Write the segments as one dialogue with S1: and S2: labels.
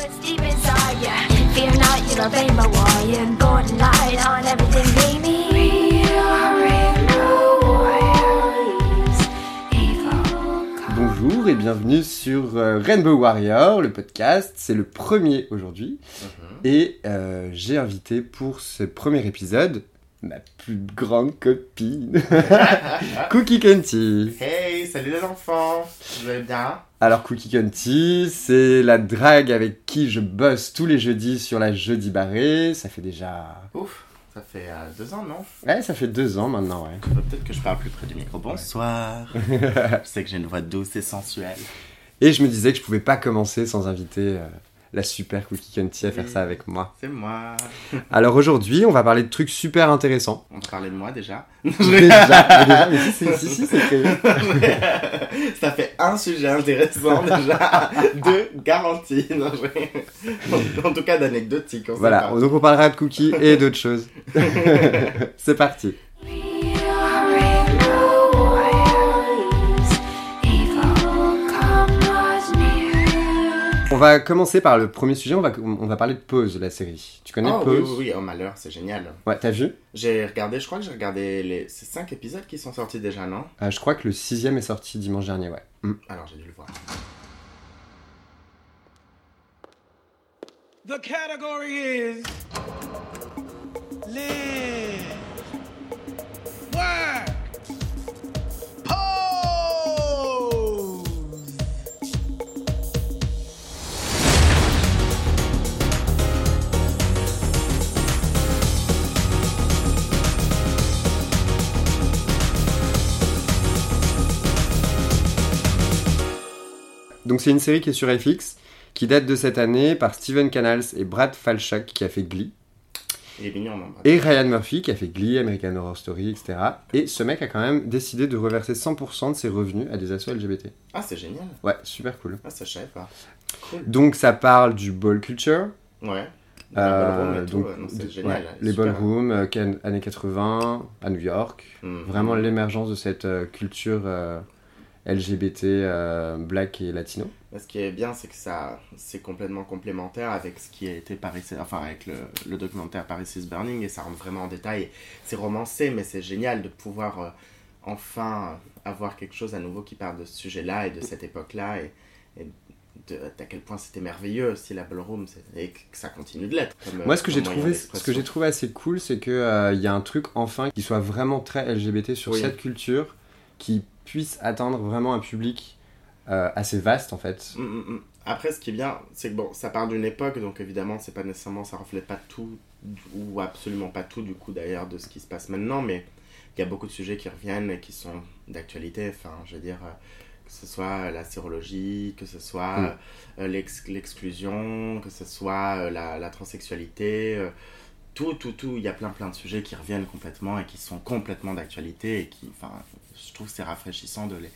S1: it's deep inside ya. Fear not, you're a rainbow warrior. Golden light on everything we need. We are rainbow warriors. Evil.
S2: Bonjour et bienvenue sur euh, Rainbow Warrior, le podcast. C'est le premier aujourd'hui. Et euh, j'ai invité pour ce premier épisode ma plus grande copine, Cookie Kenty.
S3: Hey, salut les enfants Vous allez bien
S2: Alors Cookie Kenty, c'est la drague avec qui je bosse tous les jeudis sur la Jeudi Barrée. Ça fait déjà...
S3: Ouf, ça fait euh, deux ans, non
S2: Ouais, ça fait deux ans maintenant, ouais.
S3: Faudrait Peut-être que je parle plus près du micro. Bonsoir Je sais que j'ai une voix douce et sensuelle.
S2: Et je me disais que je pouvais pas commencer sans inviter euh, la super Cookie Kenty à faire ça avec moi.
S3: C'est moi
S2: Alors aujourd'hui, on va parler de trucs super intéressants.
S3: On parlait de moi déjà
S2: Déjà, mais déjà, mais si, si, si, si, c'est prévu.
S3: Ça fait un sujet intéressant déjà, deux garanties. Non, je- en, en tout cas d'anecdotique. on sait
S2: Voilà,
S3: pas.
S2: donc on parlera de cookies et d'autres choses. c'est parti.
S1: We are rainbow warriors. Evil come not near.
S2: On va commencer par le premier sujet, on va, on va parler de Pause, la série. Tu connais
S3: Oh oui,
S2: Pause
S3: oui, oui, oh malheur, c'est génial.
S2: Ouais, t'as vu
S3: J'ai regardé, je crois que j'ai regardé les... ces cinq épisodes qui sont sortis déjà, non
S2: Ah, Je crois que le sixième est sorti dimanche dernier, ouais. Mm.
S3: Alors j'ai dû le voir.
S4: The category is live, work, pose.
S2: Donc c'est une série qui est sur FX, qui date de cette année par Steven Canals et Brad Falchuk qui a fait Glee,
S3: Il est mignon, non
S2: et Ryan Murphy qui a fait Glee, American Horror Story, etc. Et ce mec a quand même décidé de reverser 100% de ses revenus à des assos LGBT.
S3: Ah, c'est génial.
S2: Ouais, super cool.
S3: Ah, ça, je savais pas. Cool.
S2: Donc ça parle du ball culture.
S3: Ouais.
S2: euh,
S3: ballroom et tout,
S2: donc,
S3: ouais, non,
S2: de-
S3: c'est génial.
S2: ouais, les
S3: super.
S2: ballrooms, euh, can- années 80, à New York.
S3: Mhm.
S2: Vraiment l'émergence de cette euh, culture euh, LGBT, euh, black et latino.
S3: Mais Ce qui est bien, c'est que ça, c'est complètement complémentaire avec ce qui a été Paris, enfin avec le, le documentaire Paris is Burning et ça rentre vraiment en détail. C'est romancé, mais c'est génial de pouvoir euh, enfin avoir quelque chose à nouveau qui parle de ce sujet-là et de cette époque-là et, et de, à quel point c'était merveilleux aussi la ballroom c'est- et que ça continue de l'être. comme, euh,
S2: Moi, ce que
S3: comme
S2: j'ai
S3: moyen
S2: trouvé, ce
S3: d'expression.
S2: que j'ai trouvé assez cool, c'est que euh, il y a un truc enfin qui soit vraiment très LGBT sur
S3: Oui.
S2: cette culture, qui puisse atteindre vraiment un public euh, assez vaste en fait.
S3: Mm, mm, mm. Après, ce qui est bien, c'est que bon, ça parle d'une époque, donc évidemment, c'est pas nécessairement, ça reflète pas tout, ou absolument pas tout, du coup, d'ailleurs, de ce qui se passe maintenant, mais il y a beaucoup de sujets qui reviennent et qui sont d'actualité, enfin, je veux dire, euh, que ce soit la sérologie, que ce soit
S2: Mm.
S3: euh, l'ex- l'exclusion, que ce soit euh, la, la transsexualité, euh, tout, tout, tout, il y a plein, plein de sujets qui reviennent complètement et qui sont complètement d'actualité et qui, enfin, je trouve que c'est rafraîchissant de les,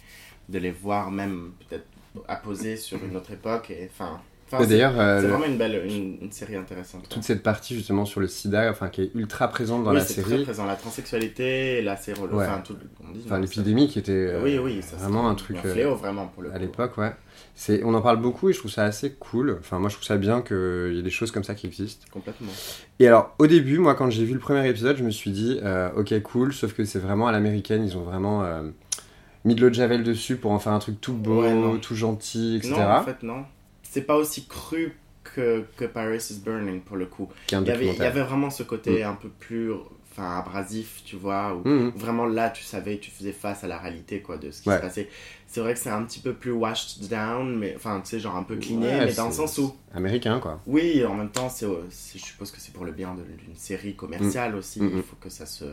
S3: de les voir même peut-être apposé sur une autre époque. Et, enfin, enfin,
S2: Et
S3: c'est-
S2: D'ailleurs, euh,
S3: c'est
S2: le-
S3: vraiment une belle une, une série intéressante.
S2: toute cette partie justement sur le SIDA, enfin qui est ultra présente dans
S3: oui,
S2: la
S3: c'est très
S2: série,
S3: présent. La transsexualité, la sérologie,
S2: Ouais.
S3: enfin, tout, on dit,
S2: enfin
S3: non,
S2: l'épidémie qui était
S3: ça-
S2: euh,
S3: oui, oui, ça, c'est
S2: vraiment un truc. euh,
S3: fléau, vraiment, pour le
S2: à
S3: coup.
S2: l'époque, ouais. C'est, on en parle beaucoup et je trouve ça assez cool. Enfin, moi, je trouve ça bien qu'il y ait des choses comme ça qui existent.
S3: Complètement.
S2: Et alors, au début, moi, quand j'ai vu le premier épisode, je me suis dit, euh, ok, cool, sauf que c'est vraiment à l'américaine, ils ont vraiment euh, mis de l'eau de javel dessus pour en faire un truc tout beau,
S3: Ouais, non.
S2: tout gentil, etc.
S3: Non, en fait, non. C'est pas aussi cru que, que Paris is Burning, pour le coup.
S2: Qui est un
S3: Il y avait, il y
S2: documentaire.
S3: avait vraiment ce côté
S2: Mm.
S3: un peu plus enfin, abrasif, tu vois, où
S2: Mhm.
S3: vraiment là tu savais tu faisais face à la réalité quoi de ce qui
S2: Ouais.
S3: se passait c'est vrai que c'est un petit peu plus washed down mais enfin tu sais genre un peu cleané
S2: Ouais,
S3: mais dans le
S2: c'est-
S3: sens où
S2: Américain, quoi.
S3: oui en même temps c'est c'est- je suppose que c'est pour le bien de- d'une série commerciale aussi
S2: Mm, mm.
S3: il faut que ça se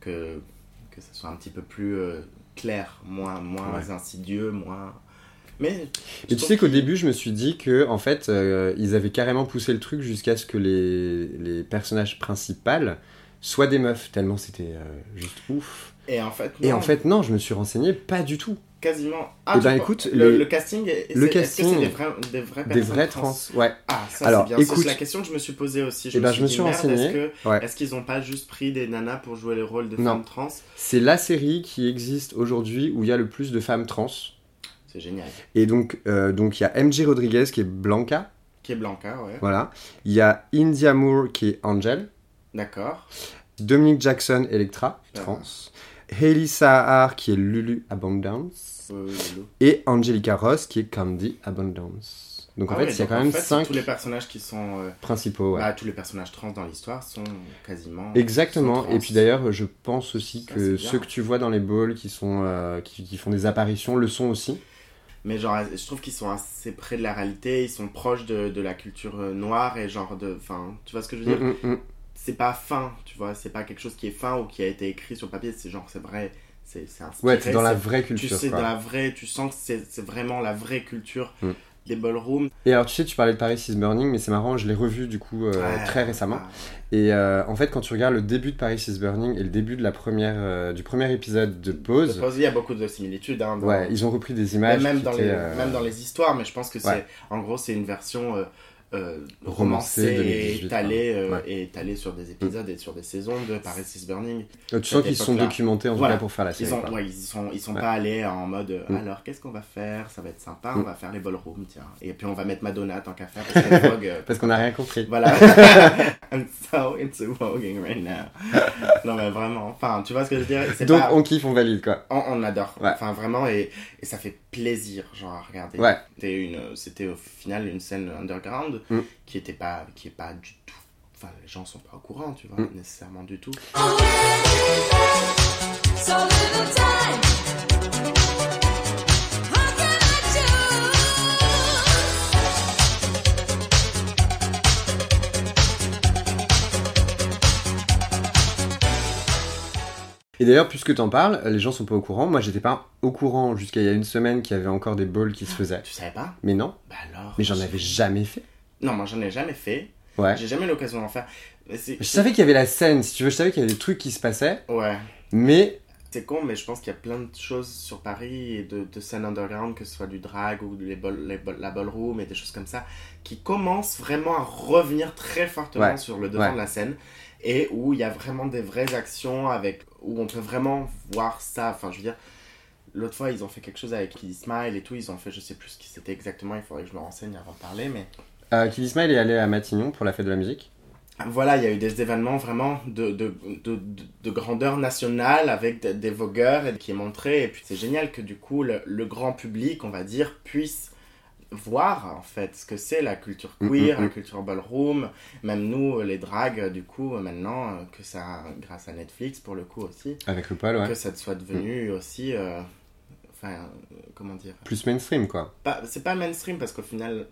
S3: que que ça soit un petit peu plus euh, clair moins moins
S2: Ouais.
S3: insidieux moins mais je
S2: Mais tu
S3: trouve
S2: sais qu'au
S3: qu'il-
S2: début, je me suis dit que, en fait, euh, ils avaient carrément poussé le truc jusqu'à ce que les, les personnages principaux soient des meufs, tellement c'était euh, juste ouf.
S3: et en fait
S2: Et
S3: non,
S2: en fait, non, je me suis renseigné, pas du tout.
S3: quasiment Ah,
S2: Eh
S3: tu
S2: ben,
S3: crois-
S2: écoute,
S3: le,
S2: les-
S3: le casting est,
S2: le
S3: c'est- est-ce que
S2: casting-
S3: c'est des vrais des vraies
S2: des
S3: personnes
S2: vrais trans.
S3: trans
S2: Ouais.
S3: Ah, ça
S2: Alors,
S3: c'est bien. Ça,
S2: écoute-
S3: C'est la question que je me suis posée aussi. Je
S2: Eh
S3: me
S2: ben,
S3: suis
S2: je me
S3: dit,
S2: suis
S3: merde,
S2: renseigné.
S3: Est-ce que-
S2: Ouais.
S3: est-ce qu'ils n'ont pas juste pris des nanas pour jouer les rôles de
S2: Non.
S3: femmes trans
S2: C'est la série qui existe aujourd'hui où il y a le plus de femmes trans.
S3: C'est génial.
S2: Et donc, euh, donc il y a MJ Rodriguez qui est Blanca,
S3: Qui est Blanca, ouais.
S2: Voilà. Il y a India Moore qui est Angel.
S3: D'accord.
S2: Dominic Jackson, Electra,
S3: Ah.
S2: trans. Hailey Sahar qui est Lulu Abundance.
S3: Euh, Lolo.
S2: Et Angelica Ross qui est Candy Abundance. Donc en
S3: Ah
S2: fait,
S3: ouais,
S2: il y a
S3: donc
S2: quand
S3: en
S2: même
S3: fait,
S2: cinq
S3: Tous les personnages qui sont. euh,
S2: principaux. ouais.
S3: bah, tous les personnages trans dans l'histoire sont quasiment. euh, sont
S2: Exactement.
S3: trans.
S2: Et puis d'ailleurs, je pense aussi
S3: Mmh. Ça,
S2: que
S3: c'est bien.
S2: ceux que tu vois dans les balls qui, sont, euh, qui, qui font des apparitions le sont aussi.
S3: Mais genre, je trouve qu'ils sont assez près de la réalité, ils sont proches de, de la culture euh, noire et genre de. Enfin, tu vois ce que je veux dire
S2: Mm, mm, mm.
S3: C'est pas fin, tu vois, c'est pas quelque chose qui est fin ou qui a été écrit sur papier, c'est genre, c'est vrai, c'est c'est inspiré.
S2: Ouais, t'es dans la
S3: c'est-
S2: vraie
S3: Tu
S2: culture.
S3: sais,
S2: quoi.
S3: dans la vraie, tu sens que c'est c'est vraiment la vraie culture
S2: Mm.
S3: des ballrooms.
S2: Et alors, tu sais, tu parlais de Paris is Burning, mais c'est marrant, je l'ai revu du coup euh,
S3: Ouais,
S2: très récemment.
S3: bah,
S2: Et euh, en fait, quand tu regardes le début de Paris is Burning et le début de la première, euh, du premier épisode de
S3: je
S2: Pause,
S3: pense qu'il y a beaucoup de similitudes. hein, dans-
S2: ouais, ils ont repris des
S3: Mais
S2: images.
S3: même,
S2: qui
S3: dans les,
S2: étaient, euh,
S3: même dans les histoires, mais je pense que c'est.
S2: ouais.
S3: En gros, c'est une version. euh, euh,
S2: Romancée
S3: romancée
S2: 2018,
S3: et étalée,
S2: hein.
S3: euh,
S2: Ouais. Mm.
S3: et étalée sur des épisodes et sur des saisons de Paris is Burning.
S2: euh, Tu sens
S3: à
S2: qu'ils
S3: cette
S2: sont
S3: époque-là.
S2: documentés en
S3: Voilà.
S2: tout cas pour faire la série.
S3: Ils ont,
S2: quoi.
S3: ouais, ils sont, ils sont
S2: Ouais.
S3: pas allés en mode euh,
S2: Mm.
S3: alors qu'est-ce qu'on va faire Ça va être sympa,
S2: Mm.
S3: on va faire les ballrooms, tiens. Et puis on va mettre Madonna tant qu'à faire parce qu'elle vogue. euh,
S2: Parce qu'on n'a rien compris.
S3: voilà. I'm so into voguing right now. non mais vraiment, enfin, tu vois ce que je veux dire C'est
S2: Donc,
S3: pas-
S2: on kiffe, on valide quoi.
S3: on, on adore.
S2: Ouais.
S3: Enfin vraiment et, et ça fait plaisir genre à regarder.
S2: Ouais.
S3: C'était une, c'était au final une scène underground
S2: Mm.
S3: qui était pas, qui est pas du tout. Enfin, les gens sont pas au courant, tu vois,
S2: Mm.
S3: nécessairement du tout.
S1: So little time. How can I choose?
S2: Et d'ailleurs, puisque t'en parles, les gens sont pas au courant. Moi, j'étais pas au courant jusqu'à il y a une semaine qu'il y avait encore des balls qui se faisaient.
S3: Tu savais pas
S2: Mais non,
S3: Bah alors.
S2: mais j'en avais jamais fait.
S3: Non, moi j'en ai jamais fait.
S2: Ouais.
S3: J'ai jamais eu l'occasion d'en faire. Mais c'est-
S2: Je savais qu'il y avait la scène, si tu veux, je savais qu'il y avait des trucs qui se passaient,
S3: Ouais.
S2: mais
S3: C'est con, mais je pense qu'il y a plein de choses sur Paris et de, de scènes underground, que ce soit du drag ou les ball- les ball- la ballroom et des choses comme ça, qui commencent vraiment à revenir très fortement
S2: Ouais,
S3: sur le devant
S2: ouais.
S3: de la scène et où il y a vraiment des vraies actions avec où on peut vraiment voir ça. Enfin, je veux dire, l'autre fois ils ont fait quelque chose avec Kid Smile et tout, ils ont fait, je sais plus ce qui c'était exactement, il faudrait que je me renseigne avant de parler, mais
S2: euh, Kid Ismail est allé à Matignon pour la fête de la musique.
S3: Voilà, il y a eu des événements vraiment de, de, de, de- de grandeur nationale avec des, des vogueurs et qui est montré. Et puis c'est génial que du coup le, le grand public, on va dire, puisse voir en fait ce que c'est la culture
S2: Mm,
S3: queer,
S2: mm,
S3: la
S2: mm.
S3: culture ballroom, même nous euh, les dragues du coup euh, maintenant euh, que ça, grâce à Netflix pour le coup aussi,
S2: Avec le Paul, ouais. Mm.
S3: que ça te soit devenu aussi, euh, enfin euh, comment dire,
S2: Plus mainstream, quoi.
S3: pas- c'est pas mainstream parce qu'au final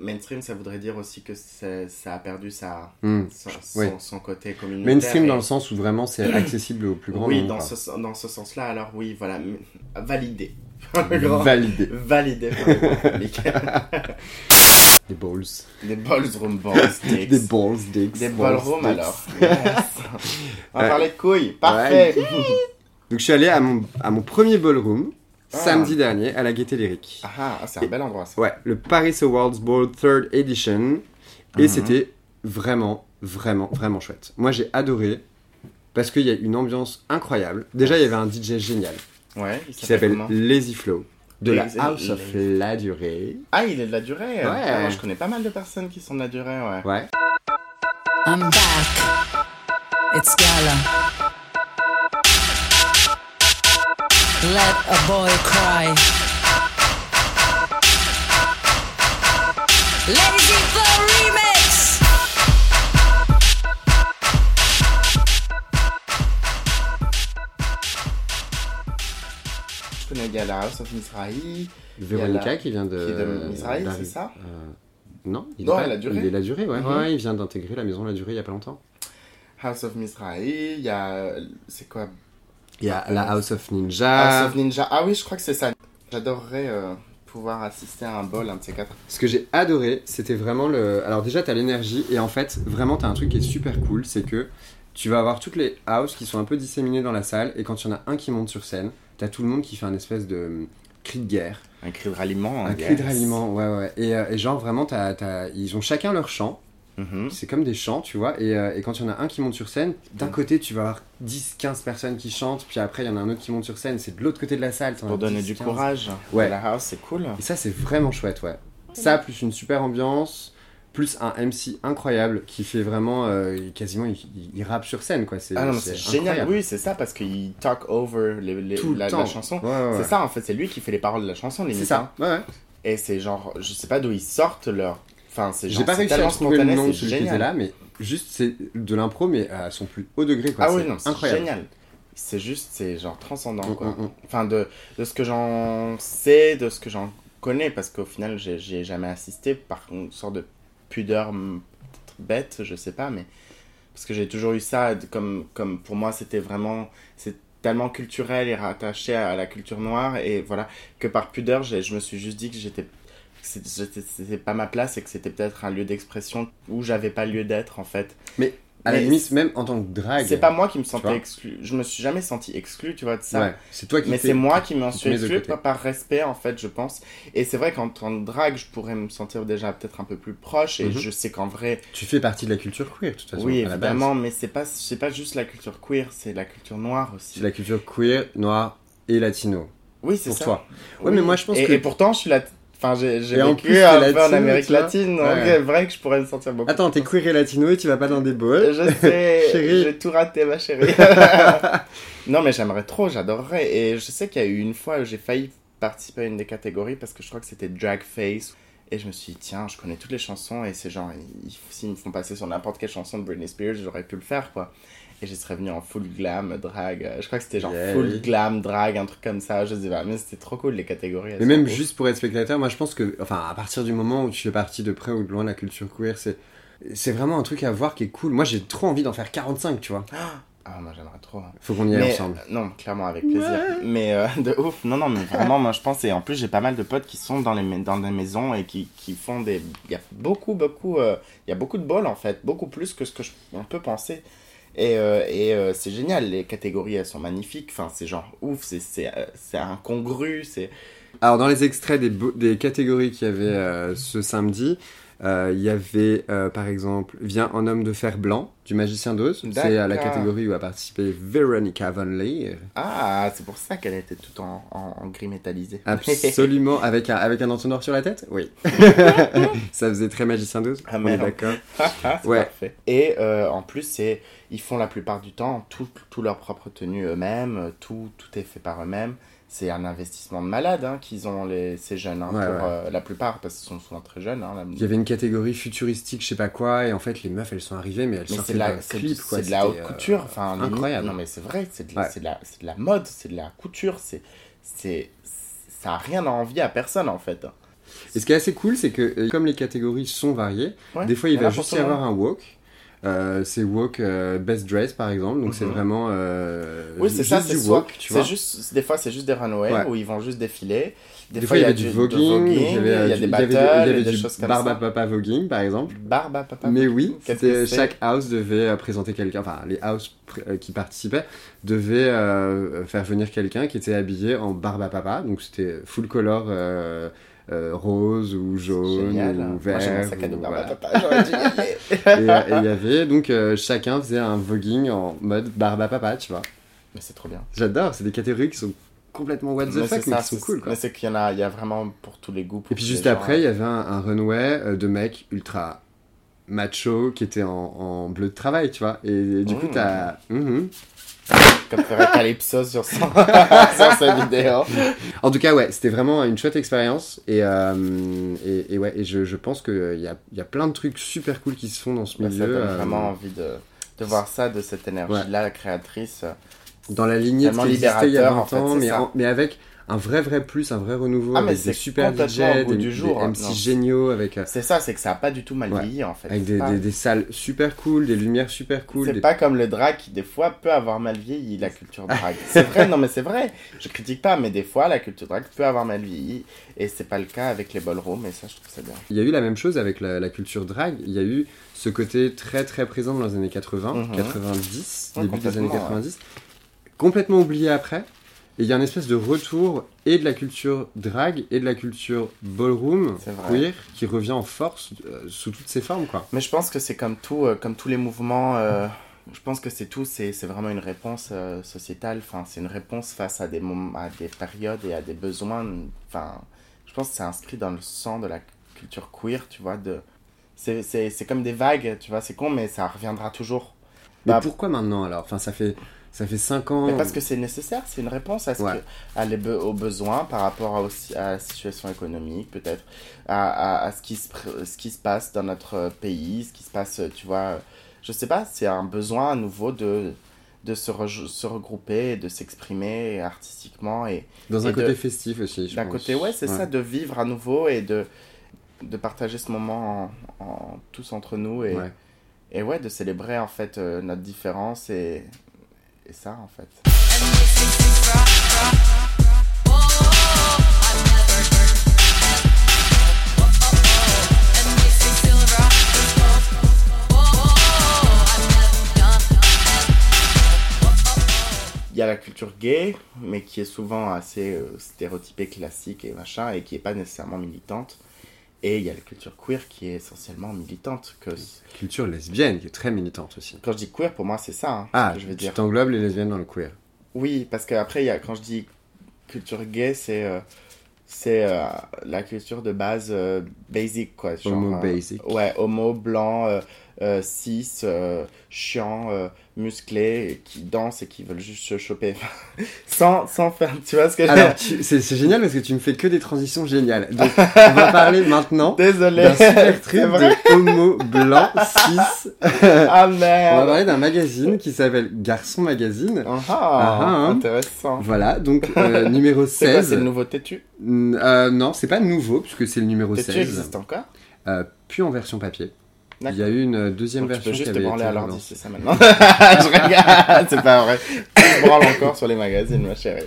S3: mainstream ça voudrait dire aussi que c'est- ça a perdu sa
S2: Hmm.
S3: son,
S2: Oui.
S3: son- son côté communautaire.
S2: Mainstream
S3: et-
S2: dans le sens où vraiment c'est accessible au plus grand
S3: Oui,
S2: nombre.
S3: dans
S2: quoi.
S3: ce, sen- dans ce sens-là, alors oui, voilà, m- validé. Le grand-
S2: Validé.
S3: Validé par le grand public.
S2: Des balls.
S3: Des ballroom balls, dicks.
S2: Des balls, dicks.
S3: Des
S2: balls,
S3: ballrooms,
S2: dicks.
S3: alors. Yes. On va
S2: Ouais.
S3: parler de couilles, parfait.
S2: Donc je suis allé à mon, à mon premier ballroom,
S3: Ah.
S2: samedi dernier, à la Gaîté Lyrique.
S3: Ah, ah, c'est un bel endroit ça.
S2: Ouais, le Paris Awards Ball 3rd Edition. Et
S3: Mhm.
S2: c'était vraiment, vraiment, vraiment chouette. Moi, j'ai adoré parce qu'il y a une ambiance incroyable. Déjà, il y avait un DJ génial
S3: Ouais, il
S2: qui s'appelle
S3: s'appelle comment
S2: Lazy Flow de la
S3: Lazy-
S2: House of la Durée.
S3: Ah, il est de la durée.
S2: Ouais.
S3: Ah, moi, je connais pas mal de personnes qui sont de la durée, ouais.
S2: Ouais.
S5: I'm back. It's gala. Let a boy cry. Lazy Flow Remix!
S3: Je connais Gala House of Mizrahi. Il y a
S2: Véronica
S3: la-
S2: qui vient de.
S3: qui est de Misraïl,
S2: d'arriver-
S3: c'est ça
S2: Euh, Non, il
S3: Non,
S2: est pas-
S3: elle a duré.
S2: Il est la durée, ouais.
S3: Mhm.
S2: ouais il vient d'intégrer la maison de la durée il y a pas longtemps.
S3: House of Mizrahi, il y a. euh, C'est quoi
S2: Il y a
S3: Ah,
S2: la
S3: ouais.
S2: House of Ninja.
S3: House of Ninja. Ah oui, je crois que c'est ça. J'adorerais euh, pouvoir assister à un bol, un de ces quatre.
S2: Ce que j'ai adoré, c'était vraiment le. Alors déjà, t'as l'énergie et en fait, vraiment, t'as un truc qui est super cool, c'est que tu vas avoir toutes les houses qui sont un peu disséminées dans la salle et quand il y en a un qui monte sur scène, t'as tout le monde qui fait un espèce de hum, cri de guerre,
S3: Un cri de ralliement. hein,
S2: un cri de ralliement, ouais ouais. Et, euh, et genre vraiment, t'as- t'as- ils ont chacun leur chant,
S3: Mhm.
S2: c'est comme des chants, tu vois. Et, euh, et quand il y en a un qui monte sur scène, d'un
S3: Mhm.
S2: côté, tu vas avoir 10-15 personnes qui chantent, puis après, il y en a un autre qui monte sur scène, c'est de l'autre côté de la salle. t'en as
S3: Pour donner du
S2: 10-15.
S3: courage.
S2: Ouais.
S3: La house, c'est cool.
S2: Et ça, c'est vraiment chouette, ouais. Ça, plus une super ambiance. plus un MC incroyable qui fait vraiment euh, il- quasiment il, il- il rappe sur scène quoi. C'est
S3: Ah non, mais
S2: c'est
S3: c'est génial.
S2: incroyable.
S3: Oui, c'est ça, parce qu'il talk over les- les-
S2: Tout le
S3: la, la
S2: temps.
S3: chanson.
S2: Ouais, ouais, ouais.
S3: C'est ça, en fait, c'est lui qui fait les paroles de la chanson, limite. hein.
S2: C'est ça. Ouais, ouais.
S3: Et c'est genre, je sais pas d'où ils sortent leur. Enfin, c'est genre.
S2: J'ai pas
S3: c'est
S2: réussi à
S3: tellement
S2: trouver le
S3: spontané,
S2: nom de
S3: c'est
S2: celui qui
S3: génial.
S2: était là, mais juste c'est de l'impro, mais à son plus haut degré. Quoi.
S3: ah oui,
S2: C'est
S3: non, c'est
S2: incroyable.
S3: génial. C'est juste, c'est genre transcendant,
S2: Mm,
S3: quoi.
S2: mm, mm.
S3: Enfin, de, de ce que j'en sais, de ce que j'en connais, parce qu'au final, j'ai j'y ai jamais assisté par une sorte de pudeur hum, bête, je sais pas, mais. Parce que j'ai toujours eu ça, de- comme, comme pour moi, c'était vraiment. C'est tellement culturel et rattaché à la culture noire, et voilà, que par pudeur, j'ai- je me suis juste dit que j'étais. que c'est- j'étais- C'était pas ma place et que c'était peut-être un lieu d'expression où j'avais pas lieu d'être en fait.
S2: À la
S3: Mais
S2: limite, même en tant que drague.
S3: C'est pas moi qui me
S2: vois.
S3: sentais exclu. Je me suis jamais senti exclu, tu vois, de ça.
S2: Ouais, c'est toi qui
S3: Mais
S2: t'es-
S3: c'est moi qui m'en
S2: qui te
S3: suis
S2: mets de
S3: exclu,
S2: côté.
S3: pas par respect, en fait, je pense. Et c'est vrai qu'en tant que drague, je pourrais me sentir déjà peut-être un peu plus proche. Et
S2: Mhm.
S3: je sais qu'en vrai,
S2: Tu fais partie de la culture queer, de toute façon.
S3: oui,
S2: à la base.
S3: évidemment, mais c'est pas, c'est pas juste la culture queer, c'est la culture noire aussi.
S2: C'est la culture queer, noire et latino.
S3: Oui, c'est
S2: Pour
S3: ça.
S2: toi.
S3: Oui.
S2: Ouais, mais moi, je pense
S3: et,
S2: que-
S3: Et pourtant, je suis la. Enfin, j'ai j'ai
S2: Et en plus,
S3: vécu
S2: t'es
S3: un peu en
S2: latine,
S3: Amérique
S2: tu vois.
S3: latine.
S2: Ouais.
S3: En vrai, vrai que je pourrais me sentir beaucoup.
S2: Attends, t'es queer et latino et tu vas pas dans des bols
S3: Euh, Je sais,
S2: Chérie.
S3: j'ai tout raté, ma chérie. non, mais j'aimerais trop, j'adorerais. Et je sais qu'il y a eu une fois, j'ai failli participer à une des catégories parce que je crois que c'était Drag Face. Et je me suis dit, tiens, je connais toutes les chansons et ces gens, ils- s'ils me font passer sur n'importe quelle chanson de Britney Spears, j'aurais pu le faire, quoi. Et je serais venu en full glam, drag. euh, Je crois que c'était genre
S2: Yeah,
S3: full
S2: oui.
S3: glam, drag, un truc comme ça. Je sais pas, bah, mais c'était trop cool les catégories. elles
S2: Mais même
S3: sont cool.
S2: juste pour être spectateur, moi je pense que, enfin, à partir du moment où tu fais partie de près ou de loin de la culture queer, c'est. C'est vraiment un truc à voir qui est cool. Moi j'ai trop envie d'en faire 45, tu vois.
S3: Ah, moi j'aimerais trop. hein.
S2: Faut qu'on y aille
S3: Mais,
S2: ensemble.
S3: euh, non, clairement, avec plaisir. Mais euh, de ouf. Non, non, mais vraiment, moi, je pense. Et en plus, j'ai pas mal de potes qui sont dans les, mais- dans les maisons et qui, qui font des. Il y a beaucoup, beaucoup. euh, Il y a beaucoup de bols, en fait. Beaucoup plus que ce que je- on peut penser. Et, euh, et, euh, c'est génial. Les catégories, elles sont magnifiques. Enfin, c'est genre ouf. C'est- C'est euh, c'est incongru. C'est.
S2: Alors dans les extraits des, bo- des catégories qu'il y avait euh, ce samedi, euh, il y avait euh, par exemple Viens en homme de fer blanc du magicien d'Oz. C'est à la
S3: D'accord.
S2: catégorie où a participé Veronica Von Leer.
S3: Ah, c'est pour ça qu'elle était tout en, en, en gris métallisé.
S2: Absolument, avec un, avec un entonnoir sur la tête Oui. ça faisait très magicien d'Oz.
S3: Ah,
S2: on est
S3: merde.
S2: d'accord.
S3: C'est
S2: Ouais.
S3: parfait. Et euh, en plus, c'est ils font la plupart du temps tout, tout leur propre tenue eux-mêmes, euh, tout, tout est fait par eux-mêmes. C'est un investissement de malade hein, qu'ils ont les, ces jeunes, hein,
S2: Ouais,
S3: pour
S2: ouais.
S3: euh, la plupart, parce qu'ils sont souvent très jeunes. hein, la-
S2: Il y avait une catégorie futuristique, je sais pas quoi, et en fait les meufs elles sont arrivées, mais elles
S3: Mais
S2: sortaient
S3: c'est de
S2: d'un
S3: la, c'est
S2: clip. quoi.
S3: c'est de la haute
S2: C'était, euh,
S3: couture. Enfin, limite-
S2: incroyable.
S3: Non, mais c'est vrai, c'est de, la-
S2: Ouais.
S3: c'est de la, c'est de la mode, c'est de la couture. c'est c'est ça a rien à envier à personne en fait.
S2: Et ce qui est assez cool, c'est que euh, comme les catégories sont variées,
S3: Ouais,
S2: des fois il
S3: y en a
S2: va
S3: pour
S2: juste
S3: tout
S2: y
S3: le
S2: avoir un walk. Euh, c'est walk euh, best dress par exemple, donc c'est
S3: Mhm.
S2: vraiment euh,
S3: Oui, c'est ça,
S2: juste
S3: c'est
S2: du
S3: soit-
S2: walk, tu
S3: c'est
S2: vois.
S3: juste, des fois, c'est juste des runways
S2: Ouais.
S3: où ils vont juste défiler.
S2: Des, fois il y avait
S3: a
S2: du
S3: de
S2: voguing,
S3: voguing,
S2: il y avait, euh,
S3: il y a
S2: du-
S3: des
S2: il y avait
S3: battles,
S2: des- il y avait
S3: des
S2: du
S3: choses comme
S2: barba
S3: ça.
S2: papa voguing par exemple.
S3: Barbe à papa.
S2: Mais oui,
S3: Qu'est-ce
S2: c'était-
S3: que c'est
S2: chaque house devait euh, présenter quelqu'un, enfin les house pr- euh, qui participaient devaient euh, faire venir quelqu'un qui était habillé en barbe à papa, donc c'était full color euh, euh, rose ou jaune
S3: Génial. hein.
S2: ou
S3: Moi, j'ai mon
S2: vert.
S3: sac à dos
S2: ou-
S3: barbe à
S2: voilà.
S3: papa, j'aurais dû y aller.
S2: Et euh, et il y avait donc euh, chacun faisait un voguing en mode barbe à papa, tu vois.
S3: Mais c'est trop bien.
S2: J'adore, c'est des catégories qui sont complètement what the
S3: Mais
S2: fuck
S3: c'est
S2: mais
S3: ça,
S2: qui sont
S3: c'est-
S2: cool quoi.
S3: Mais c'est qu'il y en a, il y a vraiment pour tous les goûts. pour
S2: Et puis
S3: tous les hein.
S2: juste
S3: genres.
S2: après, il y avait un, un runway euh, de mecs ultra macho qui était en, en bleu de travail, tu vois. Et, et du coup,
S3: Mmh.
S2: t'as. Mhm.
S3: Comme ferait Calypso sur, son... sur sa vidéo.
S2: En tout cas, ouais, c'était vraiment une chouette expérience. Et, euh, et, et ouais, et je, je pense qu'il y a, il y a plein de trucs super cool qui se font dans ce
S3: Bah,
S2: milieu.
S3: ça donne
S2: euh,
S3: vraiment envie de, de voir ça, de cette énergie-là, la créatrice.
S2: dans la lignée de ce
S3: tellement
S2: qui existait il y a
S3: libérateur,
S2: 20
S3: en fait,
S2: ans,
S3: c'est
S2: mais,
S3: ça.
S2: en- mais avec un vrai, vrai plus, un vrai renouveau.
S3: Ah, mais
S2: avec
S3: c'est
S2: des super
S3: complètement
S2: DJ,
S3: au bout
S2: des,
S3: du jour,
S2: des
S3: hein.
S2: MC
S3: Non.
S2: géniaux, avec, euh,
S3: C'est ça, c'est que ça a pas du tout mal
S2: Ouais.
S3: vieilli en fait.
S2: avec
S3: C'est
S2: des,
S3: pas-
S2: des- des salles super cool, des lumières super cool.
S3: C'est
S2: des-
S3: pas comme le drag qui, des fois, peut avoir mal vieilli, la culture drag. c'est vrai, non, mais c'est vrai. Je critique pas, mais des fois, la culture drag peut avoir mal vieilli. Et c'est pas le cas avec les ballrooms, et ça, je trouve ça bien.
S2: Il y a eu la même chose avec la, la culture drag. Il y a eu ce côté très très présent dans les années 80,
S3: Mhm.
S2: 90,
S3: Ouais,
S2: début des années
S3: complètement, ouais.
S2: 90, complètement oublié après. Et il y a une espèce de retour et de la culture drag et de la culture ballroom
S3: C'est vrai.
S2: queer qui revient en force euh, sous toutes ses formes quoi.
S3: Mais je pense que c'est comme tout, euh, comme tous les mouvements. euh, je pense que c'est tout, c'est c'est vraiment une réponse euh, sociétale. Enfin, c'est une réponse face à des moments, à des périodes et à des besoins. Enfin, je pense que c'est inscrit dans le sang de la culture queer, tu vois. De, c'est- c'est c'est comme des vagues, tu vois, c'est con, mais ça reviendra toujours.
S2: Mais
S3: Bah,
S2: pourquoi maintenant alors Enfin, ça fait ça fait 5 ans.
S3: Mais parce que c'est nécessaire, c'est une réponse à ce
S2: Mmh. Ouais.
S3: que- à les be- aux besoins par rapport à, aussi, à la situation économique, peut-être, à, à, à ce, qui se, pr- ce qui se passe dans notre pays, ce qui se passe, tu vois. Je sais pas, c'est un besoin à nouveau de, de se, re- se regrouper, de s'exprimer artistiquement et,
S2: dans un
S3: et
S2: côté
S3: de-
S2: festif aussi, je
S3: d'un
S2: pense.
S3: côté, ouais, c'est ça, de vivre à nouveau et de, de partager ce moment en, en- tous entre nous et,
S2: Ouais.
S3: et ouais, de célébrer en fait euh, notre différence et, et ça en fait. Il y a la culture gay, mais qui est souvent assez euh, stéréotypée, classique et machin, et qui n'est pas nécessairement militante. Et il y a la culture queer qui est essentiellement militante. Que...
S2: Culture lesbienne qui est très militante aussi.
S3: Quand je dis queer, pour moi, c'est ça. hein,
S2: Ah,
S3: ce que je veux
S2: tu
S3: dire.
S2: t'englobes les lesbiennes dans le queer.
S3: Oui, parce qu'après, quand je dis culture gay, c'est euh, c'est euh, la culture de base euh, basic, quoi. genre,
S2: Homo
S3: euh,
S2: basic.
S3: Ouais, homo, blanc, euh, euh, cis, euh, chiant, euh, musclé, qui dansent et qui veulent juste se choper. sans, sans faire... Tu vois ce que je veux
S2: Alors,
S3: dire
S2: tu- c'est c'est génial parce que tu me fais que des transitions géniales. Donc, on va parler maintenant
S3: Désolé.
S2: d'un super
S3: C'est
S2: truc
S3: vrai.
S2: de homo blanc cis.
S3: Ah
S2: On va
S3: merde.
S2: parler d'un magazine qui s'appelle Garçon Magazine.
S3: Ah,
S2: Ah, hein.
S3: intéressant.
S2: Voilà, donc euh, numéro
S3: C'est quoi, c'est
S2: 16.
S3: le nouveau Tétu
S2: Mm, euh, non, c'est pas nouveau puisque c'est le numéro
S3: Tétu
S2: 16.
S3: existe encore
S2: Euh, puis en version papier. Il
S3: D'accord.
S2: y a eu une euh, deuxième
S3: Donc, tu
S2: version
S3: peux juste
S2: qui
S3: te
S2: avait
S3: branler
S2: été
S3: à l'ordi,
S2: relancée.
S3: c'est ça maintenant. je regarde, c'est pas vrai. Tu te branles encore sur les magazines, ma chérie.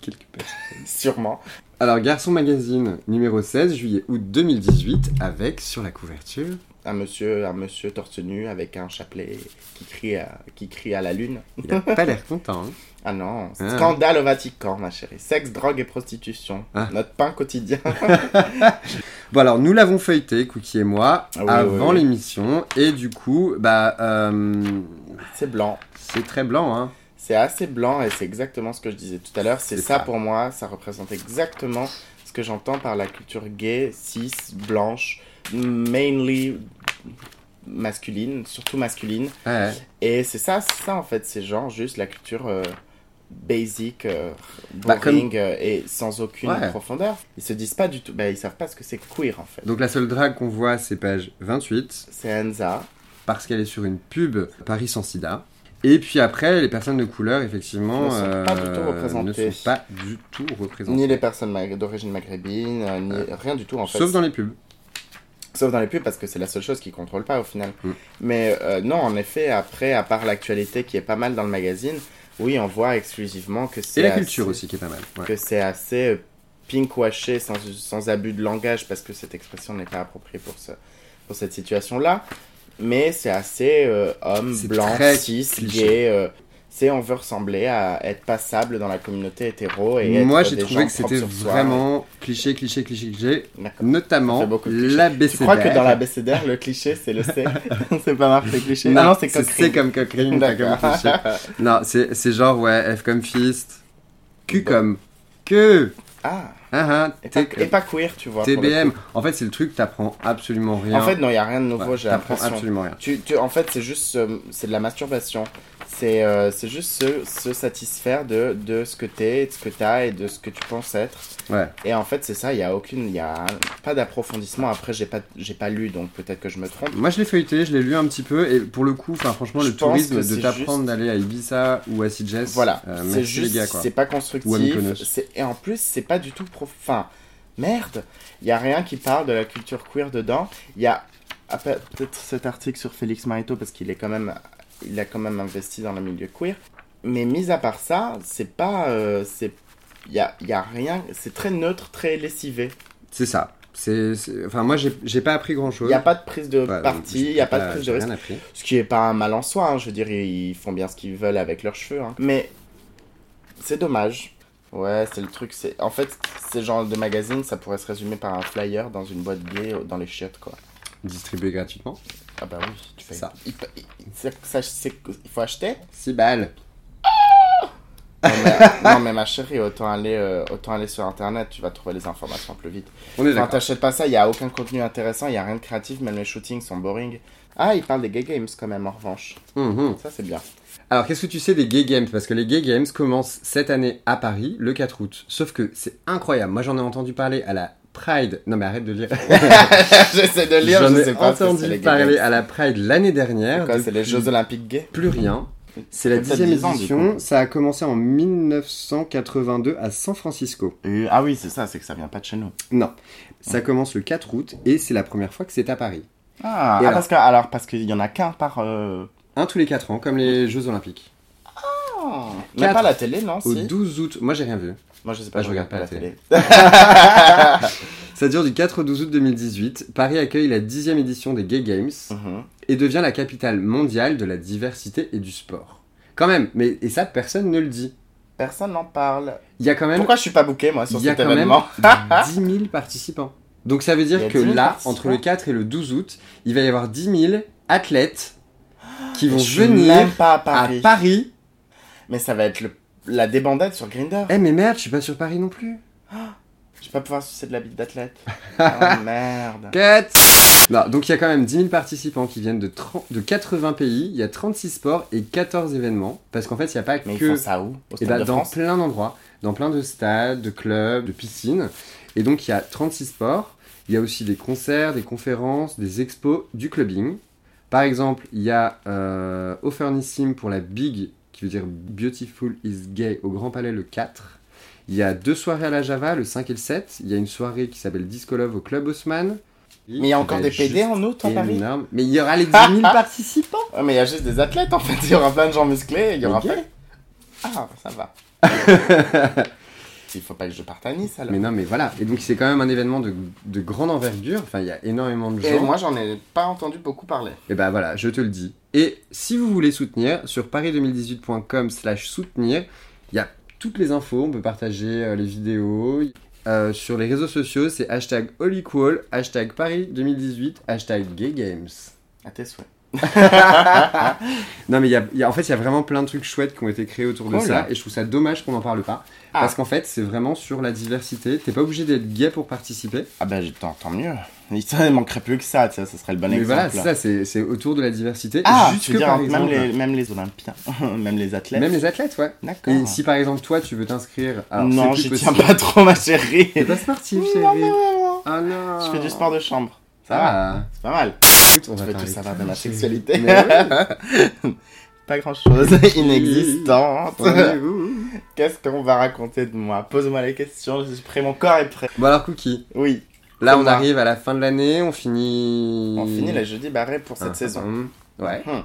S2: Quelque part.
S3: Sûrement.
S2: Alors, Garçon Magazine, numéro 16, juillet-août 2018, avec sur la couverture.
S3: Un monsieur, un monsieur torse nu avec un chapelet qui crie à, qui crie à la lune.
S2: Il a pas l'air content. hein.
S3: Ah non,
S2: Ah.
S3: scandale au Vatican, ma chérie. Sexe, drogue et prostitution.
S2: Ah.
S3: Notre pain quotidien.
S2: Bon, alors, nous l'avons feuilleté, Cookie et moi,
S3: Ah oui,
S2: avant
S3: oui, oui.
S2: l'émission. Et du coup, bah, euh,
S3: c'est blanc.
S2: c'est très blanc, hein.
S3: C'est assez blanc et c'est exactement ce que je disais tout à l'heure. C'est
S2: C'est
S3: ça
S2: ça.
S3: pour moi, ça représente exactement ce que j'entends par la culture gay, cis, blanche, mainly masculine, surtout masculine.
S2: Ouais.
S3: Et c'est ça, c'est ça en fait, c'est genre juste la culture euh, basic, euh,
S2: Bah, comme-
S3: boring euh, et sans aucune
S2: Ouais.
S3: profondeur. Ils se disent pas du tout, bah, ils savent pas ce que c'est queer en fait.
S2: Donc, la seule drague qu'on voit, c'est page 28,
S3: C'est Enza,
S2: parce qu'elle est sur une pub Paris sans sida. Et puis après, les personnes de couleur, effectivement,
S3: Ne sont pas du tout
S2: euh,
S3: représentées.
S2: ne sont pas du tout représentées.
S3: ni les personnes mag- d'origine maghrébine, euh, ni rien du tout en fait.
S2: Sauf dans les pubs.
S3: Sauf dans les pubs, parce que c'est la seule chose qu'ils contrôlent pas au final.
S2: Mm.
S3: Mais euh, non, en effet, après, à part l'actualité qui est pas mal dans le magazine, oui, on voit exclusivement que c'est.
S2: Et la
S3: assez-
S2: culture aussi qui est pas mal. ouais.
S3: Que c'est assez euh, pinkwashé, sans, sans abus de langage, parce que cette expression n'est pas appropriée pour, ce, pour cette situation-là. Mais c'est assez euh, homme,
S2: C'est
S3: blanc,
S2: très
S3: cis,
S2: cliché.
S3: gay. euh, c'est on veut ressembler à être passable dans la communauté hétéro et être
S2: Moi, j'ai
S3: des
S2: trouvé
S3: gens
S2: que c'était
S3: propres sur soi.
S2: vraiment cliché, cliché, cliché, cliché.
S3: D'accord. Ça
S2: Notamment
S3: fait beaucoup de clichés.
S2: la
S3: Tu crois que dans
S2: BCDR.
S3: la BCDR, le cliché, c'est le C C'est pas marqué, c'est cliché.
S2: Non,
S3: Ah non, c'est
S2: c'est
S3: coquerie.
S2: C comme coquerine, pas comme
S3: D'accord.
S2: cliché. Non, c'est c'est genre, ouais, F comme fist, Q
S3: Bon.
S2: comme que,
S3: Ah,
S2: ah, ah,
S3: et
S2: T
S3: pas, et
S2: comme
S3: pas queer, tu vois. pour le
S2: TBM.
S3: coup.
S2: En fait, c'est le truc, t'apprends absolument rien.
S3: En fait, non, il n'y a rien de nouveau,
S2: Ouais,
S3: j'ai
S2: T'apprends
S3: l'impression.
S2: absolument rien.
S3: Tu, tu, en fait, c'est juste, euh, c'est de la masturbation. C'est euh, c'est juste se, se satisfaire de, de ce que t'es, de ce que t'as et de ce que tu penses être.
S2: Ouais.
S3: Et en fait, c'est ça, il n'y a aucune, il y a pas d'approfondissement. Après, j'ai pas, j'ai pas lu, donc peut-être que je me trompe.
S2: Moi, je l'ai feuilleté, je l'ai lu un petit peu, et pour le coup, enfin, franchement,
S3: Je
S2: le
S3: pense que
S2: tourisme de
S3: c'est
S2: t'apprendre
S3: juste-
S2: d'aller à Ibiza ou à Sitges,
S3: Voilà,
S2: euh,
S3: c'est
S2: merci les
S3: juste,
S2: gars, quoi.
S3: c'est pas
S2: Ou à
S3: constructif.
S2: Mykonos.
S3: c'est- Et en plus, c'est pas du tout prof. Enfin, merde, il y a rien qui parle de la culture queer dedans. Il y a ah, pe- peut-être cet article sur Félix Marito parce qu'il est quand même, il a quand même investi dans le milieu queer. Mais mis à part ça, c'est pas, euh, c'est, il y a, il y a rien. C'est très neutre, très lessivé.
S2: C'est ça. C'est, c'est- Enfin, moi, j'ai j'ai pas appris grand
S3: Il
S2: chose.
S3: n'y a pas de prise de
S2: Ouais,
S3: parti,
S2: j'ai
S3: il n'y a pas de
S2: pas-
S3: prise de
S2: j'ai
S3: risque.
S2: rien appris.
S3: Ce qui est pas un mal en soi, hein, je veux dire, ils font bien ce qu'ils veulent avec leurs cheveux. hein. Mais c'est dommage. Ouais, c'est le truc. c'est En fait, ces genres de magazines, ça pourrait se résumer par un flyer dans une boîte gay euh, dans les chiottes, quoi.
S2: Distribué gratuitement.
S3: Ah bah oui, tu fais
S2: Ça.
S3: Il, il- il- ça- ça- c'est- il faut acheter
S2: 6 balles.
S3: Non mais,
S2: Ah.
S3: non, mais ma chérie, autant aller, euh, autant aller sur internet, tu vas trouver les informations plus vite.
S2: On est
S3: Enfin,
S2: d'accord.
S3: t'achètes pas ça, il n'y a aucun contenu intéressant, il n'y a rien de créatif, même les shootings sont boring. Ah, il parle des gay games quand même en revanche.
S2: Mhm.
S3: Ça, c'est bien.
S2: Alors, qu'est-ce que tu sais des Gay Games Parce que les Gay Games commencent cette année à Paris, le 4 août. Sauf que c'est incroyable. Moi, j'en ai entendu parler à la Pride. Non, mais arrête de lire.
S3: J'essaie de lire,
S2: j'en
S3: je
S2: ai
S3: sais pas. ce que c'est,
S2: entendu
S3: les gay
S2: parler
S3: games.
S2: à la Pride l'année dernière.
S3: C'est quoi, c'est les
S2: Depuis,
S3: Jeux Olympiques gays
S2: Plus rien. C'est la
S3: Ça fait
S2: dixième
S3: 10 ans, du
S2: édition.
S3: coup.
S2: Ça a commencé en 1982 à San Francisco.
S3: Euh, ah oui, c'est ça, c'est que ça vient pas de chez nous.
S2: Non. Ça commence le 4 août et c'est la première fois que c'est à Paris.
S3: Ah,
S2: Et
S3: ah,
S2: alors
S3: parce que alors parce qu'il y en a qu'un par. Euh...
S2: Un tous les 4 ans, comme les Jeux Olympiques.
S3: Oh,
S2: Ah. Quatre.
S3: même pas à la télé, non
S2: Au
S3: si
S2: 12 août, moi j'ai rien vu.
S3: Moi, je sais
S2: Ah,
S3: pas,
S2: je regarde pas la télé.
S3: télé.
S2: Ça dure du 4 au 12 août 2018. Paris accueille la dixième édition des Gay Games
S3: Mhm.
S2: et devient la capitale mondiale de la diversité et du sport. Quand même, mais et ça personne ne le dit.
S3: Personne n'en parle.
S2: Il y a quand même,
S3: Pourquoi je suis pas booké moi sur
S2: il y a
S3: cet
S2: quand même
S3: événement
S2: 10 000 participants. Donc ça veut
S3: Il y
S2: dire
S3: a
S2: que
S3: 10 000
S2: là,
S3: participants.
S2: entre le 4 et le 12 août, il va y avoir 10 000 athlètes qui vont
S3: Je suis
S2: venir
S3: même pas à
S2: à
S3: Paris.
S2: Paris.
S3: Mais ça va être le- la débandade sur Grinder.
S2: Eh mais merde, je suis pas sur Paris non plus.
S3: Je vais pas pouvoir sucer de la bite d'athlète. oh merde.
S2: Cut Non, donc il y a quand même 10 000 participants qui viennent de, 30 de 80 pays, il y a 36 sports et 14 événements, parce qu'en fait il n'y a pas
S3: Mais ils
S2: que...
S3: font ça où Au
S2: Eh
S3: Stade
S2: ben,
S3: de
S2: dans
S3: France
S2: plein d'endroits, dans plein de stades, de clubs, de piscines, et donc il y a 36 sports, il y a aussi des concerts, des conférences, des expos, du clubbing. Par exemple, il y a euh, Offernissim pour la Big, qui veut dire Beautiful is Gay, au Grand Palais le 4. Il y a deux soirées à la Java, le 5 et le 7. Il y a une soirée qui s'appelle Disco Love au Club Haussmann. ben,
S3: Mais il y a encore des PD en août à Paris
S2: Eh Énorme. Mais il y aura les 10 000 participants.
S3: Ouais, Mais il y a juste des athlètes en fait. Il y aura plein de gens musclés. Il y aura
S2: Ok.
S3: plein. Ah, ça va. il faut pas que je parte à Nice alors.
S2: Mais non, mais voilà. Et donc, c'est quand même un événement de, de grande envergure. Enfin, il y a énormément de gens.
S3: Et moi j'en ai pas entendu beaucoup parler.
S2: Et bah voilà, je te le dis. Et si vous voulez soutenir, sur paris2018.com slash soutenir, il y a toutes les infos, on peut partager euh, les vidéos. Euh, sur les réseaux sociaux, c'est hashtag Holyqual, hashtag Paris2018, hashtag Gay Games.
S3: À tes souhaits.
S2: Non mais il y a- il y a- en fait, il y a vraiment plein de trucs chouettes qui ont été créés autour de
S3: Cool.
S2: ça, et je trouve ça dommage qu'on n'en parle pas.
S3: Oh Ah.
S2: Parce qu'en fait, c'est vraiment sur la diversité. T'es pas obligé d'être gay pour participer.
S3: Ah ben tant, tant mieux. Il ça, il manquerait plus que ça, tu vois, ça serait le bon
S2: Mais
S3: exemple.
S2: voilà, c'est ça, c'est c'est autour de la diversité.
S3: Ah, tu
S2: Jusque,
S3: veux dire,
S2: par
S3: même,
S2: exemple,
S3: les, même les Olympiens, même les athlètes.
S2: même les athlètes, ouais.
S3: D'accord. Ah,
S2: Et si par exemple toi tu veux t'inscrire, alors
S3: non,
S2: c'est
S3: j'y
S2: plus
S3: tiens
S2: possible.
S3: pas trop, ma chérie.
S2: T'es pas sportif, chérie.
S3: Non, mais vraiment.
S2: Oh non.
S3: Je fais du sport de chambre. Ça va,
S2: Ah.
S3: c'est pas mal.
S2: Écoute, on
S3: Je
S2: va
S3: fais
S2: parler
S3: tout ça
S2: de
S3: va de
S2: ça,
S3: ma
S2: chérie.
S3: sexualité.
S2: Mais ouais,
S3: Pas grand chose, inexistante.
S2: rendez-vous.
S3: Qu'est-ce qu'on va raconter de moi Pose-moi les questions, je suis prêt, mon corps est prêt.
S2: Bon alors Cookie,
S3: Oui,
S2: là
S3: C'est
S2: on
S3: moi.
S2: arrive à la fin de l'année, on finit.
S3: on finit les jeudis barrés pour cette
S2: Ah,
S3: saison.
S2: hum, Ouais.
S3: Hmm.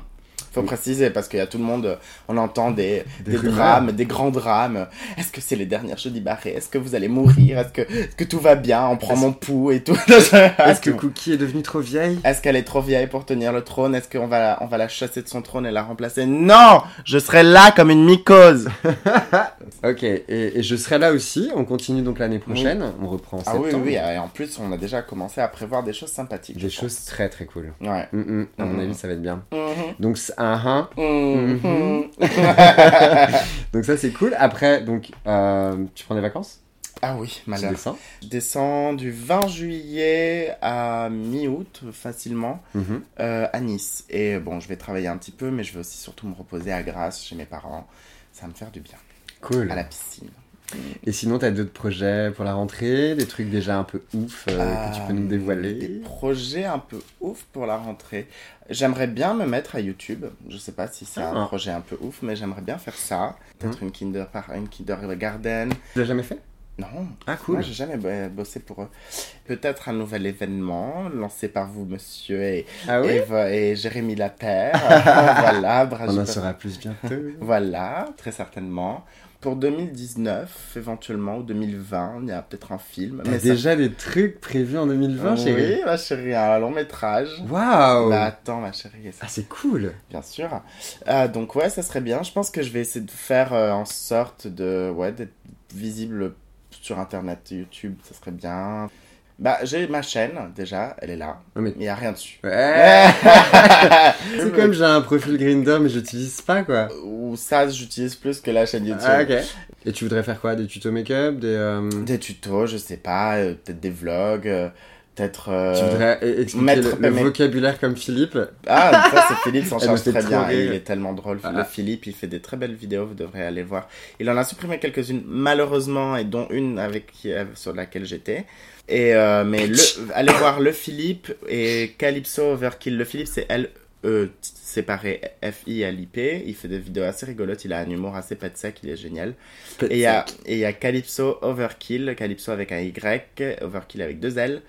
S3: Faut préciser parce qu'il y a tout le monde, euh, on entend des,
S2: Des
S3: des
S2: rumeurs.
S3: drames, des grands drames. Est-ce que c'est les dernières jeudis barrés Est-ce que vous allez mourir Est-ce que, est-ce que tout va bien On prend mon pouls et tout. Ah,
S2: Est-ce que Cookie est devenue trop vieille
S3: Est-ce qu'elle est trop vieille pour tenir le trône Est-ce qu'on va, la- on va la chasser de son trône et la remplacer Non Je serai là comme une mycose Ah.
S2: Ok, et, et je serai là aussi, on continue donc l'année prochaine, on reprend en
S3: Ah
S2: septembre.
S3: oui, oui, et en plus, on a déjà commencé à prévoir des choses sympathiques.
S2: Des
S3: je
S2: choses très très cool.
S3: pense. Ouais.
S2: Hum, hum, À mon
S3: Mhm.
S2: avis, ça va être bien.
S3: Mhm.
S2: Donc, c'est un, un,
S3: Mhm.
S2: donc ça c'est cool. Après, donc euh, tu prends des vacances
S3: Ah oui,
S2: Tu
S3: malheur.
S2: descends
S3: Je descends du 20 juillet à mi-août, facilement,
S2: Mhm.
S3: euh, à Nice. Et bon, je vais travailler un petit peu, mais je vais aussi surtout me reposer à Grasse, chez mes parents. Ça va me faire du bien.
S2: Cool.
S3: À la piscine.
S2: Et sinon, t'as d'autres projets pour la rentrée, des trucs déjà un peu ouf euh, que tu peux nous
S3: Euh,
S2: dévoiler.
S3: Des projets un peu ouf pour la rentrée. J'aimerais bien me mettre à YouTube. Je sais pas si c'est
S2: Ah. Hein?
S3: un projet un peu ouf, mais j'aimerais bien faire ça. Peut-être une Kinder par une Kinder Garden.
S2: Tu l'as jamais fait
S3: Non,
S2: Ah
S3: moi j'ai jamais bo- bossé pour eux. Peut-être un nouvel événement lancé par vous, monsieur, et,
S2: Ah oui
S3: Eve et Jérémy Lapère. voilà,
S2: On en
S3: Brajpa-
S2: saura plus bientôt.
S3: Voilà, très certainement. Pour 2019, éventuellement, ou 2020, il y a peut-être un film.
S2: T'as
S3: ça-
S2: déjà des trucs prévus en 2020, chérie
S3: Oui, ma chérie, un long métrage.
S2: Waouh
S3: Bah attends, ma chérie, et ça,
S2: Ah, c'est cool
S3: bien sûr. Ah, donc ouais, ça serait bien. Je pense que je vais essayer de faire euh, en sorte de ouais d'être visible sur internet, YouTube, ça serait bien. Bah, j'ai ma chaîne, déjà, elle est là.
S2: Ouais, Ah, mais-
S3: Il n'y a rien dessus.
S2: Ouais. C'est comme j'ai un profil Grinder mais j'utilise pas quoi.
S3: Ou ça, j'utilise plus que la chaîne YouTube.
S2: Ah, ok. Et tu voudrais faire quoi Des tutos make-up Des. euh,
S3: Des tutos, je sais pas, euh, peut-être des vlogs, euh, peut-être. euh,
S2: Tu voudrais e- expliquer
S3: mettre-
S2: le, le
S3: mais-
S2: vocabulaire comme Philippe
S3: Ah, ça c'est Philippe s'en
S2: Elle me
S3: charge
S2: fait
S3: très
S2: Eh, trop
S3: bien.
S2: rire.
S3: Il est tellement drôle.
S2: Ah.
S3: Le Philippe, il fait des très belles vidéos, vous devrez aller voir. Il en a supprimé quelques-unes, malheureusement, et dont une avec qui- euh, sur laquelle j'étais. Et euh, mais le, allez voir le Philippe et Calypso Overkill. Le Philippe, c'est L E séparé F I L I P. Il fait des vidéos assez rigolotes. Il a un humour assez pet sec. Il est génial. Et il y a, et il y a Calypso Overkill. Calypso avec un Y, Overkill avec deux L.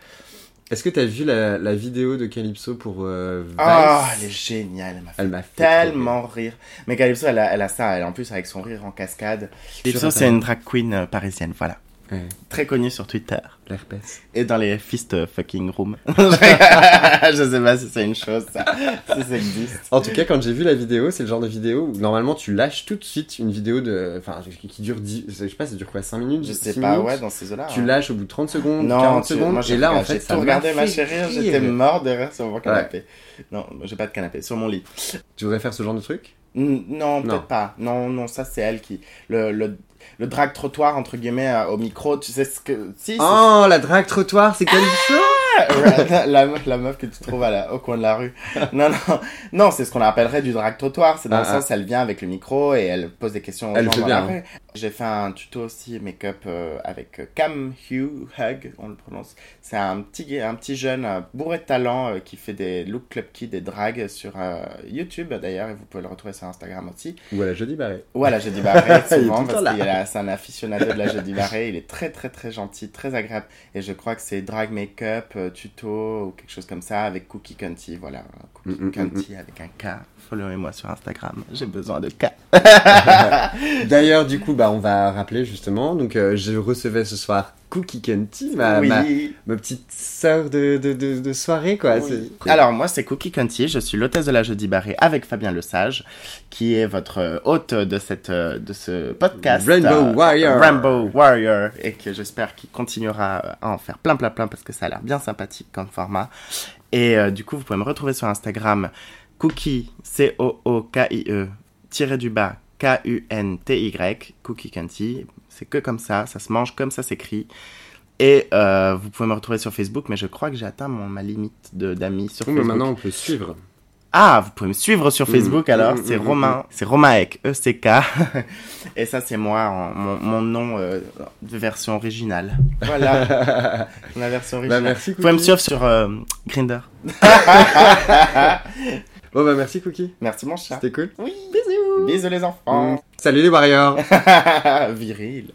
S2: Est-ce que t'as vu la, la vidéo de Calypso pour euh, Vice
S3: Ah, elle est géniale. Elle m'a fait
S2: Elle m'a fait
S3: tellement rire. Mais Calypso, elle a, elle a ça. Elle, en plus, avec son rire en cascade. Calypso,
S2: Sur
S3: c'est une drag queen euh, parisienne, voilà.
S2: trop rire. Ouais,
S3: Très connue sur Twitter.
S2: l'herpès.
S3: Et dans les fist euh, fucking room. Je sais pas si c'est une chose, ça. Si ça existe.
S2: En tout cas, quand j'ai vu la vidéo, c'est le genre de vidéo où normalement tu lâches tout de suite une vidéo de. Enfin, qui qui dure 10. Je sais pas, ça dure quoi 5 minutes
S3: Je sais
S2: 6
S3: pas,
S2: minutes
S3: ouais, dans ces eaux-là.
S2: Tu
S3: hein.
S2: lâches au bout de 30 secondes,
S3: Non,
S2: 40
S3: tu-
S2: secondes,
S3: moi,
S2: et
S3: j'ai
S2: là en
S3: regardé-
S2: fait
S3: j'ai
S2: ça
S3: tout
S2: m'a
S3: regardé ma
S2: fait
S3: chérie,
S2: rire.
S3: j'étais mort de rire sur mon canapé. Non, j'ai pas de canapé, sur mon lit.
S2: Tu voudrais faire ce genre de truc
S3: N- Non,
S2: Non.
S3: peut-être pas. Non, non, ça c'est elle qui. Le, le, le drag trottoir, entre guillemets, euh, au micro, tu sais ce que. Si, c'est
S2: Oh, la drague trottoir, c'est Calypso
S3: Ouais, la, meuf, la meuf que tu trouves à la- au coin de la rue. Non, non, non, c'est ce qu'on appellerait du drag trottoir. C'est dans le
S2: Ah, ah.
S3: sens, elle vient avec le micro et elle pose des questions aux
S2: Elle
S3: gens.
S2: fait
S3: dans la
S2: bien, hein.
S3: rue. J'ai fait un tuto aussi make-up euh, avec euh, Cam Hugh Hug, on le prononce. C'est un petit, gay- un petit jeune euh, bourré de talent euh, qui fait des look club kid et drag sur euh, YouTube d'ailleurs et vous pouvez le retrouver sur Instagram aussi.
S2: Ou à la jeudi barré.
S3: Ou à la Jeudi Barré,
S2: Il est tout
S3: souvent,
S2: le temps
S3: parce
S2: là.
S3: qu'il a- c'est un aficionado de la Jeudi Barré. Il est très, très, très gentil, très agréable. Et je crois que c'est drag make-up, euh, tuto ou quelque chose comme ça avec Cookie Cunty. Voilà, Cookie
S2: Mm, mm, mm,
S3: Cunty avec un K. Followez-moi sur Instagram, j'ai besoin de K.
S2: D'ailleurs, du coup, bah, on va rappeler justement. Donc, euh, je recevais ce soir Cookie Kenty, ma, ma,
S3: oui.
S2: ma petite sœur de, de, de, de soirée, quoi.
S3: Oui.
S2: C'est-
S3: Alors, moi, c'est Cookie Conti, je suis l'hôtesse de la Jeudi Barré avec Fabien Lesage, qui est votre euh, hôte de, cette, euh, de ce podcast. Euh,
S2: Rainbow Warrior.
S3: Rainbow Warrior, et que j'espère qu'il continuera euh, à en faire plein, plein, plein, parce que ça a l'air bien sympathique comme format. Et euh, du coup, vous pouvez me retrouver sur Instagram, Cookie, C-O-O-K-I-E, E, tiré du bas, K-U-N-T-Y, Cookie Conti. C'est que comme ça, ça se mange comme ça s'écrit. Et euh, vous pouvez me retrouver sur Facebook, mais je crois que j'ai atteint mon, ma limite de- d'amis sur
S2: Oui, mais
S3: Facebook.
S2: maintenant, on peut suivre.
S3: Ah, vous pouvez me suivre sur Facebook
S2: Mmh,
S3: alors,
S2: mmh,
S3: c'est
S2: mmh,
S3: Romain, c'est Romaec, E-C-K. Et ça, c'est moi, en- mon, mon nom euh, de version originale. Voilà, ma version
S2: Bah,
S3: originale.
S2: merci,
S3: vous pouvez me
S2: Cookie.
S3: suivre sur euh, Grinder.
S2: Bon, bah, merci, Cookie.
S3: Merci mon chat.
S2: C'était cool.
S3: Oui,
S2: Bisous.
S3: bisous les enfants.
S2: Salut les Warriors.
S3: Viril.